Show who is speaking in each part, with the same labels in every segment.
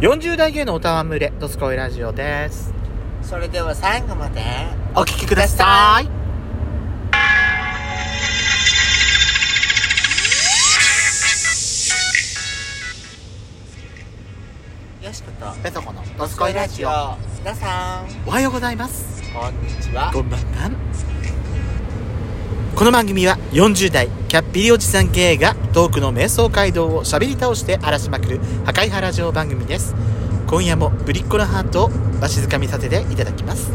Speaker 1: 40代芸のおたわむれ、ドスコイラジオです。
Speaker 2: それでは最後まで
Speaker 1: お聞きください。
Speaker 2: よしこと
Speaker 1: ペソコのド
Speaker 2: ド
Speaker 1: ス
Speaker 2: ス
Speaker 1: コ
Speaker 2: コ
Speaker 1: イ
Speaker 2: イ
Speaker 1: ラ
Speaker 2: ラ
Speaker 1: ジ
Speaker 2: ジ
Speaker 1: オ
Speaker 2: オ。皆さん
Speaker 1: おはようございます。
Speaker 2: こんにちは
Speaker 1: こんばんは。この番組は40代キャッピリおじさん系がトークの瞑想街道をしゃべり倒して荒らしまくる破壊派ラジオ番組です今夜もぶりっ子のハートをわしづかみさせていただきます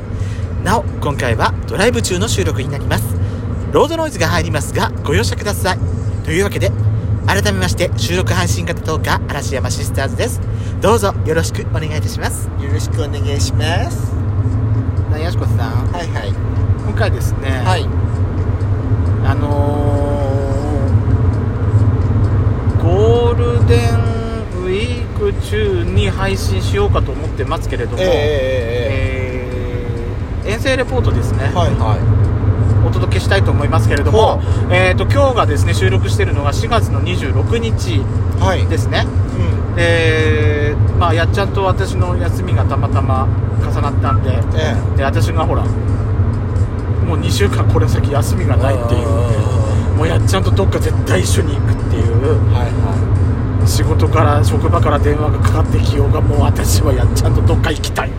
Speaker 1: なお今回はドライブ中の収録になりますロードノイズが入りますがご容赦くださいというわけで改めまして収録配信型トーカー嵐山シスターズですどうぞよろしくお願いいたします
Speaker 2: よろしくお願いします
Speaker 1: やしこさん
Speaker 2: はいはい
Speaker 1: 今回ですね
Speaker 2: はい
Speaker 1: あのーゴールデンウィーク中に配信しようかと思ってますけれども、
Speaker 2: え
Speaker 1: えー遠征レポートですね、
Speaker 2: えはいは
Speaker 1: お届けしたいと思いますけれども
Speaker 2: ほ、
Speaker 1: えー、と今日がですね収録しているのが4月の26日
Speaker 2: いはい
Speaker 1: ですね、
Speaker 2: うん
Speaker 1: えーまあ、やっちゃんと私の休みがたまたま重なったんで
Speaker 2: え
Speaker 1: で私がほらもう2週間これ先休みが
Speaker 2: え
Speaker 1: ないっていうので。もうやっちゃんとどっか絶対一緒に行くっていう
Speaker 2: はいは
Speaker 1: 仕事から職場から電話がかかってきようがもう私はやっちゃんとどっか行きたい
Speaker 2: い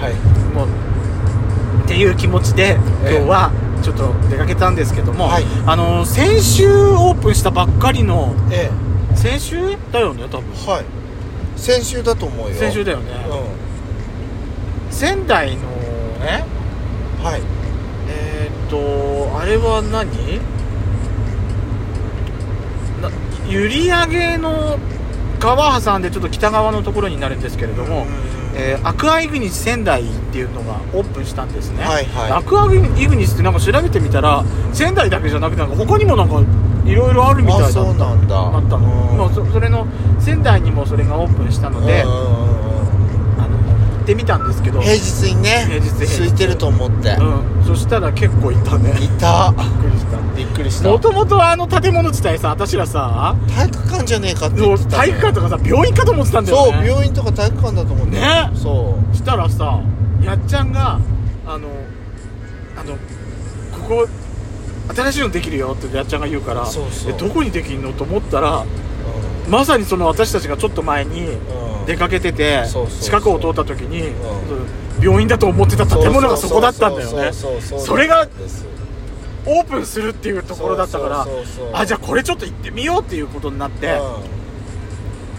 Speaker 2: はい
Speaker 1: もうっていう気持ちで今
Speaker 2: ええ
Speaker 1: 日はちょっと出かけたんですけども、
Speaker 2: はい
Speaker 1: あの先週オープンしたばっかりの
Speaker 2: ええ
Speaker 1: 先週だよね多分
Speaker 2: はい先週だと思うよ
Speaker 1: 先週
Speaker 2: だ
Speaker 1: だよね
Speaker 2: う、ん
Speaker 1: 仙台のね
Speaker 2: はい
Speaker 1: えーっとあれは何な閖上の川挟んでちょっと北側のところになるんですけれども、えーアクアイグニス仙台っていうのがオープンしたんですね、
Speaker 2: はいはい
Speaker 1: アクアイグニスってなんか調べてみたら仙台だけじゃなくてなんか他にもなんかいろいろあるみたいだ
Speaker 2: あそうなんだ
Speaker 1: なったのまあそそれの仙台にもそれがオープンしたので、
Speaker 2: うん
Speaker 1: あの行ってみたんですけど、
Speaker 2: 平日にね
Speaker 1: 平日平日
Speaker 2: 空いてると思って
Speaker 1: うん、そしたら結構いたね
Speaker 2: いた
Speaker 1: びっくりした
Speaker 2: びっくりした
Speaker 1: もともとあの建物自体さ私らさ
Speaker 2: 体育館じゃねえかって
Speaker 1: も
Speaker 2: 言
Speaker 1: う
Speaker 2: ってた
Speaker 1: 体育館とかさ病院かと思ってたんだよ
Speaker 2: そ
Speaker 1: ね
Speaker 2: う病院とか体育館だと思って
Speaker 1: ね
Speaker 2: そ
Speaker 1: したらさやっちゃんがあのあのここ新しいのできるよってやっちゃんが言うから
Speaker 2: そうそう
Speaker 1: えどこにできんのと思ったら
Speaker 2: う
Speaker 1: まさにその私たちがちょっと前に
Speaker 2: うん
Speaker 1: 出かけてて、
Speaker 2: そうそうそう
Speaker 1: 近くを通った時に、
Speaker 2: う
Speaker 1: 病院だと思ってた建物がそこだったんだよね
Speaker 2: そうそううう
Speaker 1: それが
Speaker 2: です
Speaker 1: オープンするっていうところだったから
Speaker 2: そうそうそうそう
Speaker 1: あじゃあこれちょっと行ってみようっていうことになって、
Speaker 2: う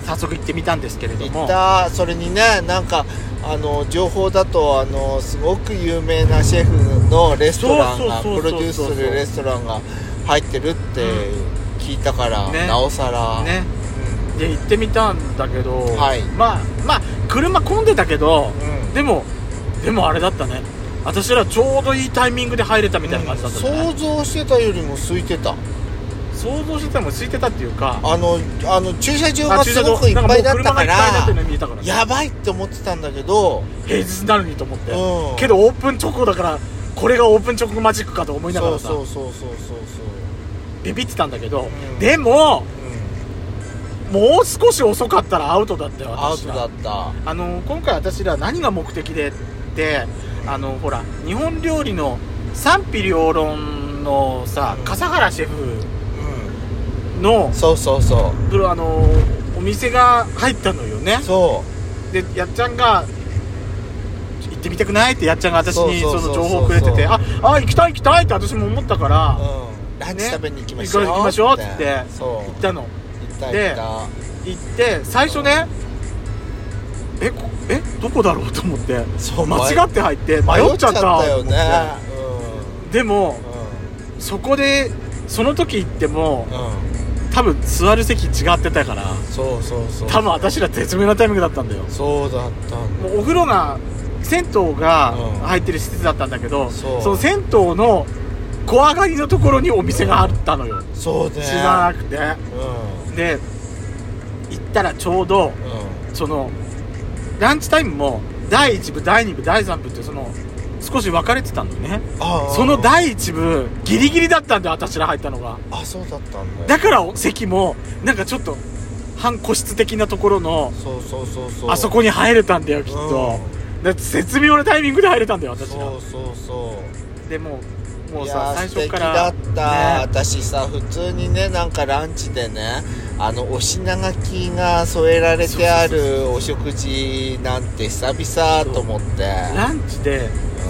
Speaker 1: 早速行ってみたんですけれど
Speaker 2: ん行
Speaker 1: も
Speaker 2: ったそれにねなんかあの情報だとあのすごく有名なシェフのレストランが
Speaker 1: そうそ
Speaker 2: プ
Speaker 1: うそうそう
Speaker 2: ロデュースするレストランが入ってるって聞いたから、
Speaker 1: ね
Speaker 2: なおさら、
Speaker 1: ねで行ってみたんだけど、
Speaker 2: はい
Speaker 1: まあまあ車混んでたけど
Speaker 2: う、ん
Speaker 1: でもでもあれだったね私らちょうどいいタイミングで入れたみたいな感じだったね、
Speaker 2: 想像してたよりも空いてた
Speaker 1: 想像してたのも空いてたっていうか
Speaker 2: あのあの駐車場
Speaker 1: あ
Speaker 2: がすごくいっぱいだっ
Speaker 1: なんもう車
Speaker 2: たか
Speaker 1: がいっぱいだったの
Speaker 2: ら
Speaker 1: 見えたからね
Speaker 2: やばいって思ってたんだけど
Speaker 1: 平日なのにと思って、
Speaker 2: うん
Speaker 1: けどオープン直後だからこれがオープン直後マジックかと思いなが
Speaker 2: そ
Speaker 1: ら
Speaker 2: う
Speaker 1: さ
Speaker 2: そうそうそうそうそう
Speaker 1: ビビってたんだけど、
Speaker 2: ん
Speaker 1: でも
Speaker 2: うん
Speaker 1: もう少し遅かったらアウトだったよ
Speaker 2: アウ
Speaker 1: 私
Speaker 2: ト
Speaker 1: ら
Speaker 2: だった
Speaker 1: あの今回私ら何が目的でってあのほら日本料理の賛否両論のさ
Speaker 2: うん
Speaker 1: 笠原シェフの
Speaker 2: うんそうそうそ
Speaker 1: プロあのお店が入ったのよね
Speaker 2: うそ
Speaker 1: でやっちゃんが行ってみたくないってやっちゃんが私に
Speaker 2: そう
Speaker 1: そ
Speaker 2: そうそ
Speaker 1: の
Speaker 2: う
Speaker 1: 情報をくれてて
Speaker 2: そう
Speaker 1: ああ行きたい行きたいって私も思ったか
Speaker 2: う
Speaker 1: ら
Speaker 2: うんランチ
Speaker 1: ね
Speaker 2: 食べに行きましょう
Speaker 1: 行きましょうっつって
Speaker 2: そう
Speaker 1: 行ったの
Speaker 2: 行った
Speaker 1: で
Speaker 2: 行った
Speaker 1: 行って最初ねえこえどこだろうと思って
Speaker 2: そう
Speaker 1: 間違って入って迷っちゃった
Speaker 2: よね
Speaker 1: でも
Speaker 2: う
Speaker 1: そこでその時行っても
Speaker 2: んうんうん
Speaker 1: 多分座る席違ってたから
Speaker 2: そうそうそう
Speaker 1: 多分私ら絶妙なタイミングだったんだよ
Speaker 2: そうだったんだ
Speaker 1: もうお風呂が銭湯が
Speaker 2: うん
Speaker 1: 入ってる施設だったんだけど、
Speaker 2: そう
Speaker 1: の銭湯の小上がりのところにお店があったのよ
Speaker 2: そうね
Speaker 1: 知らなくて
Speaker 2: う
Speaker 1: で行ったらちょうど
Speaker 2: んうん
Speaker 1: そのランチタイムも第1部第2部第3部ってその少し分かれてたのね
Speaker 2: ああ
Speaker 1: その第1部ギリギリだったんだよ私ら入ったのが
Speaker 2: あそうだったんだ
Speaker 1: だから席もなんかちょっと半個室的なところの
Speaker 2: そうそうそうそう
Speaker 1: あそこに入れたんだよきっと、で絶妙なタイミングで入れたんだよ私が
Speaker 2: そうそうそう
Speaker 1: でもうもう
Speaker 2: い
Speaker 1: さ
Speaker 2: や
Speaker 1: 最
Speaker 2: ー
Speaker 1: 初
Speaker 2: 素敵
Speaker 1: から
Speaker 2: だった、
Speaker 1: ね
Speaker 2: 私さ普通にねなんかランチでねあのお品書きが添えられてあるお食事なんて久々と思って
Speaker 1: ランチで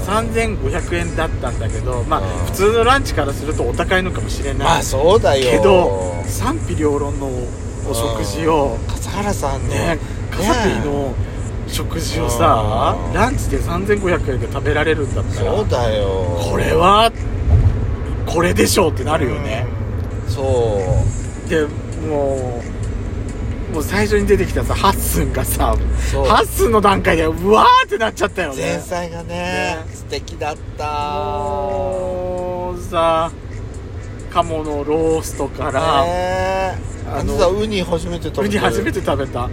Speaker 1: 3500円だったんだけどまあ
Speaker 2: うん
Speaker 1: 普通のランチからするとお高いのかもしれ
Speaker 2: ま
Speaker 1: な
Speaker 2: あ
Speaker 1: い
Speaker 2: そうだよ
Speaker 1: けど賛否両論のお食事を
Speaker 2: 笠原さん
Speaker 1: ね
Speaker 2: ね
Speaker 1: カサピーの食事をさ
Speaker 2: うん
Speaker 1: ランチで3500円で食べられるんだったら
Speaker 2: そうだよ
Speaker 1: これはこれでしょうってなるよね、
Speaker 2: うんそう
Speaker 1: でもうもう最初に出てきたさハッスンがさ
Speaker 2: そう
Speaker 1: ハッスンの段階でうわーってなっちゃったよ
Speaker 2: 前
Speaker 1: ね
Speaker 2: 菜がね
Speaker 1: ね
Speaker 2: 素敵だった
Speaker 1: もうさ鴨のローストから、
Speaker 2: ね
Speaker 1: あの
Speaker 2: あなたウニ初めて食
Speaker 1: ウ
Speaker 2: べた
Speaker 1: ニ初めて食べた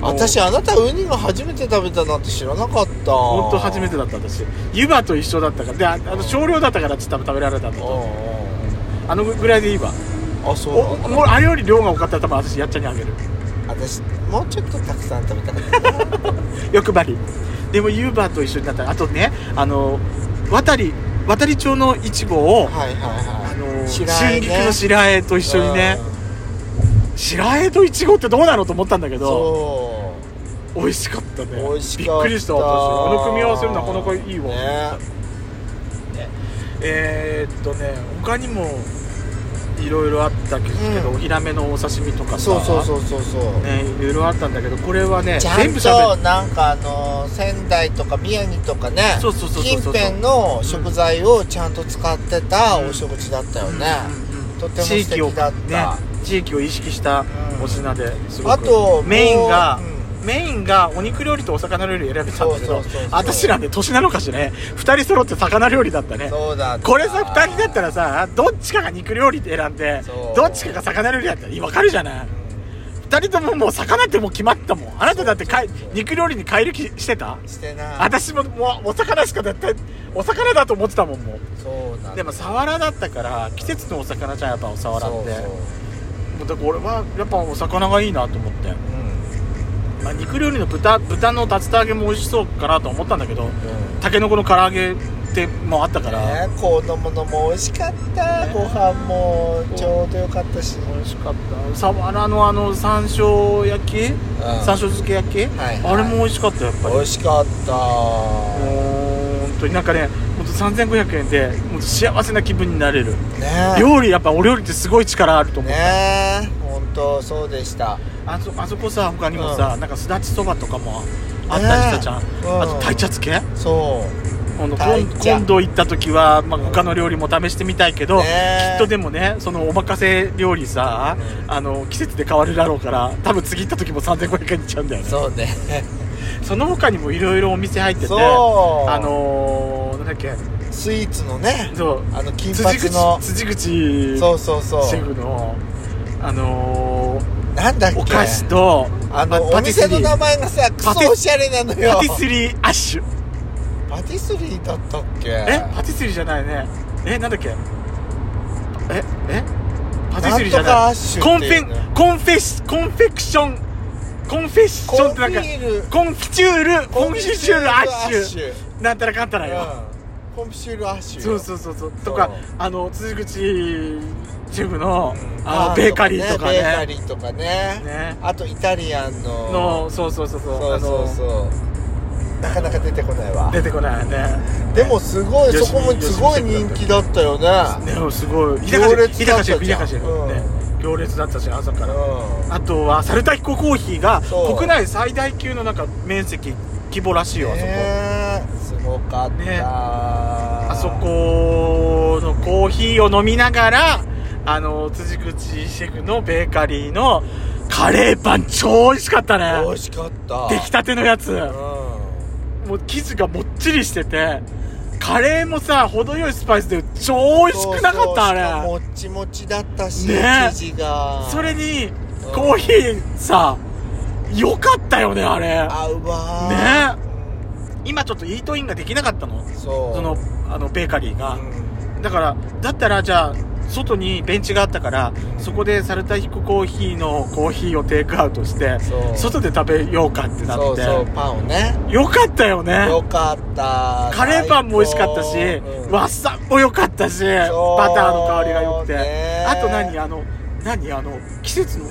Speaker 2: 私
Speaker 1: は
Speaker 2: あなたウニが初めて食べたなんて知らなかった
Speaker 1: 本当初めてだった私湯葉と一緒だったからでああの少量だったからちょっと食べられたんだけ
Speaker 2: うん
Speaker 1: ど
Speaker 2: う
Speaker 1: あのぐらいでいいわ
Speaker 2: んあそう
Speaker 1: お
Speaker 2: なんだ
Speaker 1: もうあれより量が多かったら多分私やっちゃんにあげる
Speaker 2: 私もうちょっとたくさん食べたかったな
Speaker 1: 欲張りでもユーバーと一緒になったらあとねあの渡り渡り町のイチボを
Speaker 2: はいはいはい
Speaker 1: あの
Speaker 2: 白
Speaker 1: 春
Speaker 2: いね
Speaker 1: 菊の白あえと一緒にね
Speaker 2: うん
Speaker 1: 白あえとイチゴってどうなのと思ったんだけど
Speaker 2: そ
Speaker 1: 美味しかったね
Speaker 2: う美味しかっ
Speaker 1: び
Speaker 2: た
Speaker 1: っくりした私あの組み合わせるなかなかいいわ、
Speaker 2: ね
Speaker 1: えー、っとね他にもいろいろあったけど、
Speaker 2: うん
Speaker 1: おヒラメのお刺身とかさ
Speaker 2: そうそうそうそうそう
Speaker 1: ねいろいろあったんだけどこれはね
Speaker 2: ちゃ
Speaker 1: 全
Speaker 2: ん
Speaker 1: 部喋
Speaker 2: と
Speaker 1: る
Speaker 2: なんかあの仙台とか宮城とかね
Speaker 1: そうそうそうそう
Speaker 2: 近
Speaker 1: そう
Speaker 2: 辺の食材をちゃんと使ってたお食事だったよね、
Speaker 1: うんうん
Speaker 2: とても素敵だった、
Speaker 1: 地域を意識したお品ですごく
Speaker 2: あと
Speaker 1: メインが
Speaker 2: もう
Speaker 1: メインがお肉料理とお魚料理を選べたんだけど
Speaker 2: そうそうそうそう
Speaker 1: 私らね年なのかしらね2人揃って魚料理だった
Speaker 2: うん
Speaker 1: ね
Speaker 2: そうだった
Speaker 1: これさ2人だったらさどっちかが肉料理って選んで
Speaker 2: そう
Speaker 1: どっちかが魚料理だったら分かるじゃない2人とももう魚ってもう決まったもんあなただってかい
Speaker 2: そうそうそう
Speaker 1: 肉料理に変える気してた
Speaker 2: してない
Speaker 1: 私ももうお魚しか絶対お魚だと思ってたもんもう
Speaker 2: そうなんだ
Speaker 1: でもサワラだったから季節のお魚じゃんやっぱおサワラって
Speaker 2: そうそう
Speaker 1: もうだから俺はやっぱお魚がいいなと思って、
Speaker 2: うん
Speaker 1: まあ、肉料理の豚豚の竜田揚げも美味しそうかなと思ったんだけど
Speaker 2: うん
Speaker 1: タケノコの唐揚げってもあったから、
Speaker 2: ね、子供のも美味しかった、
Speaker 1: ね
Speaker 2: ご飯もちょうどよかったし、
Speaker 1: 美味しかったサワラのあの山椒焼き、山椒漬け焼き、
Speaker 2: はい
Speaker 1: あれも美味しかったやっぱり
Speaker 2: 美味しかった
Speaker 1: もう本当になんかね本当3500円でもう幸せな気分になれる
Speaker 2: ね
Speaker 1: 料理やっぱお料理ってすごい力あると思う、
Speaker 2: ねえ本当そうでした
Speaker 1: あそあそこさ他にもさ、なんかすだちそばとかもあったりしたじゃん、
Speaker 2: ねうん
Speaker 1: あと鯛茶漬け
Speaker 2: そう
Speaker 1: あの
Speaker 2: 鯛
Speaker 1: 今
Speaker 2: 茶
Speaker 1: 今度行った時は、まあ、他の料理も試してみたいけど、
Speaker 2: ね
Speaker 1: きっとでもねそのお任せ料理さ、
Speaker 2: うん
Speaker 1: あの季節で変わるだろうから多分次行った時も3500円いっちゃうんだよね
Speaker 2: そうね
Speaker 1: その他にもいろいろお店入ってて
Speaker 2: そう
Speaker 1: あのー、なんだっけ
Speaker 2: スイーツのね
Speaker 1: そう
Speaker 2: あの金
Speaker 1: 辻
Speaker 2: 髪
Speaker 1: 口
Speaker 2: の
Speaker 1: 辻口シ
Speaker 2: そうそうそう
Speaker 1: ェフのあの
Speaker 2: なんだっけ
Speaker 1: ー、お菓子と
Speaker 2: あの
Speaker 1: パ
Speaker 2: お
Speaker 1: ティス
Speaker 2: 店
Speaker 1: リ
Speaker 2: の
Speaker 1: ー
Speaker 2: 名前がさク
Speaker 1: パティ
Speaker 2: ソおしゃれなのよ
Speaker 1: パティスリーアッシュ
Speaker 2: パティスリーだったっけ
Speaker 1: えパティスリーじゃないねえなんだっけええパティスリーじゃ
Speaker 2: なんとか
Speaker 1: な
Speaker 2: ア
Speaker 1: い
Speaker 2: ッシ
Speaker 1: コ
Speaker 2: ュ
Speaker 1: ン
Speaker 2: っ
Speaker 1: フ
Speaker 2: て
Speaker 1: ェ
Speaker 2: いう
Speaker 1: ン
Speaker 2: ね
Speaker 1: コンフェスコンフェクションコンフェッシ
Speaker 2: コ
Speaker 1: ョン
Speaker 2: ン
Speaker 1: っ
Speaker 2: フ
Speaker 1: てなんか
Speaker 2: ィール
Speaker 1: コンフィチュールコンフィチュールアッシュ
Speaker 2: ュ
Speaker 1: なんたらかんたらよ、
Speaker 2: うんコンフィチュールアッシュ
Speaker 1: そうそううそうそうとか
Speaker 2: そう
Speaker 1: あの辻口シェフの
Speaker 2: ん
Speaker 1: あのベーカリーとか
Speaker 2: ベーカ
Speaker 1: ね
Speaker 2: リーとかね
Speaker 1: ね
Speaker 2: あとイタリアンの
Speaker 1: のそうそうそうそう
Speaker 2: そ
Speaker 1: あ
Speaker 2: うそう
Speaker 1: の
Speaker 2: そうなかなか出てこないわ
Speaker 1: 出てこないよね
Speaker 2: でもすごい
Speaker 1: 吉見
Speaker 2: そこもすごい人気だったよね
Speaker 1: ねすごい日
Speaker 2: 行
Speaker 1: 高
Speaker 2: 列
Speaker 1: シ
Speaker 2: だったじゃ
Speaker 1: ェ
Speaker 2: ん
Speaker 1: フ日高シェフね行列だったし朝から
Speaker 2: う
Speaker 1: あとは猿田彦コーヒーが
Speaker 2: そう
Speaker 1: 国内最大級のなんか面積規模らしいよ
Speaker 2: ん
Speaker 1: あそこ、
Speaker 2: ねえすごかった、
Speaker 1: ねあそこのコーヒーを飲みながらあの辻口シェフのベーカリーのカレーパン超美味しかった
Speaker 2: 美
Speaker 1: ね
Speaker 2: 味しかった
Speaker 1: 出来たてのやつ
Speaker 2: う
Speaker 1: もう生地がもっちりしててカレーもさ程よいスパイスで超美
Speaker 2: ん
Speaker 1: 味しくなかったあれ
Speaker 2: そうそうしかもっちもちだったし、
Speaker 1: ね
Speaker 2: 生地が
Speaker 1: それにコーヒーさ良かったよねあれ
Speaker 2: 合うわ
Speaker 1: ね今ちょっとイートインができなかったの
Speaker 2: えそう
Speaker 1: そのあのベーカリーが
Speaker 2: うん
Speaker 1: だからだったらじゃあ外にベンチがあったからそこでサルタヒココーヒーのコーヒーをテイクアウトして
Speaker 2: そう
Speaker 1: 外で食べようかってなって
Speaker 2: そうそうパンをね
Speaker 1: よかったよね
Speaker 2: よかった
Speaker 1: カレーパンも美味しかったし、
Speaker 2: 最高うん
Speaker 1: ワッサンも良かったしバ
Speaker 2: そう
Speaker 1: ターの香りが良くて、
Speaker 2: ね
Speaker 1: あと何あの何あの季節の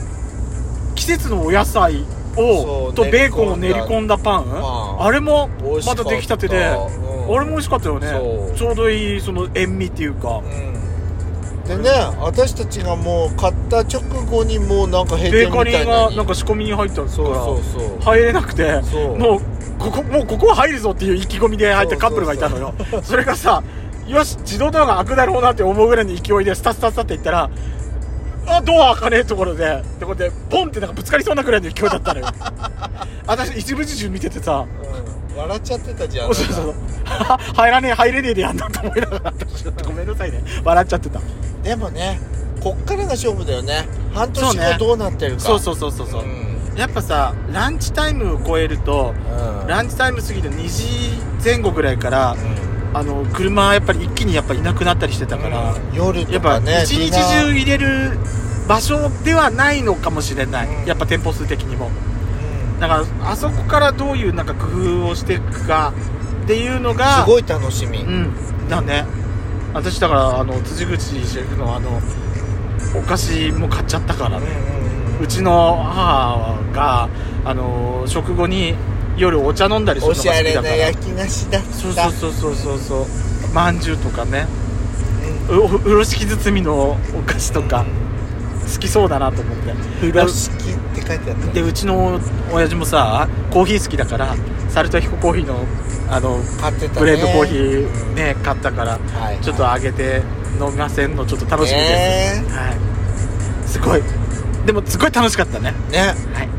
Speaker 1: 季節のお野菜を
Speaker 2: そう
Speaker 1: とベーコンを練
Speaker 2: 練
Speaker 1: り
Speaker 2: り
Speaker 1: 込
Speaker 2: 込
Speaker 1: んだパン
Speaker 2: パン
Speaker 1: あれも
Speaker 2: 美味し
Speaker 1: ま
Speaker 2: かった
Speaker 1: たできたてで、
Speaker 2: うん
Speaker 1: あれも美味しかったよね
Speaker 2: そう
Speaker 1: ちょうどいいその塩味っていうか
Speaker 2: うんでね私たちがもう買った直後にもうなんか閉
Speaker 1: ベー
Speaker 2: 店
Speaker 1: カリ
Speaker 2: みた
Speaker 1: ー
Speaker 2: いな
Speaker 1: が
Speaker 2: のに
Speaker 1: なんか仕込みに入ったんですか
Speaker 2: そうそう
Speaker 1: ら
Speaker 2: そう
Speaker 1: 入れなくて
Speaker 2: そう
Speaker 1: もうここもうここは入るぞっていう意気込みで入ったカップルがいた のよそれがさよし自動ドアが開くだろうなって思うぐらいの勢いでスタスタスタっていったらあドア開かねえところでってことでポンってなんかぶつかりそうなぐらいの勢いだったのよ 私一部始終見ててさ
Speaker 2: うん笑っちゃってたじゃん
Speaker 1: そうそう そう入らねえ入れねえでやんなと思いながら私ちょっとごめんなさいね笑っちゃってた
Speaker 2: でもねこっからが勝負だよね半
Speaker 1: そう
Speaker 2: 年
Speaker 1: ね
Speaker 2: 後どうなってるか
Speaker 1: そうそうそうそうそう
Speaker 2: うん
Speaker 1: やっぱさランチタイムを超えると
Speaker 2: うん
Speaker 1: ランチタイム過ぎる2時前後ぐらいから
Speaker 2: うん
Speaker 1: あの車はやっぱり一気にやっぱいなくなったりしてたから、
Speaker 2: 夜
Speaker 1: や
Speaker 2: と
Speaker 1: っぱ
Speaker 2: か
Speaker 1: 一
Speaker 2: ね
Speaker 1: 日中入れる場所ではないのかもしれない、
Speaker 2: うん
Speaker 1: やっぱ店舗数的にもだからあそこからどういうなんか工夫をしていくかっていうの
Speaker 2: す
Speaker 1: が
Speaker 2: ごい楽しみ
Speaker 1: うんだね私だからあの辻口シェフのあのお菓子も買っちゃったからねうちの母があの食後に夜お茶飲んだりする
Speaker 2: お
Speaker 1: のが
Speaker 2: し
Speaker 1: 好
Speaker 2: ゃ
Speaker 1: き
Speaker 2: れ
Speaker 1: だか
Speaker 2: な
Speaker 1: ら
Speaker 2: 焼き菓子だった
Speaker 1: そうそうそうそうそうそうまんじゅうとかねうお風呂敷包みのお菓子とか好きそうだなと思って
Speaker 2: 風呂敷って書いてあった
Speaker 1: でうちの親父もさコーヒー好きだからサルトヒココーヒーのあの
Speaker 2: 買ってたね
Speaker 1: ブレードコーヒーね買ったから
Speaker 2: はい
Speaker 1: ちょっとあげて飲ませんのちょっと楽しみです、
Speaker 2: ね
Speaker 1: はいすごいでもすごい楽しかったね
Speaker 2: ね
Speaker 1: はい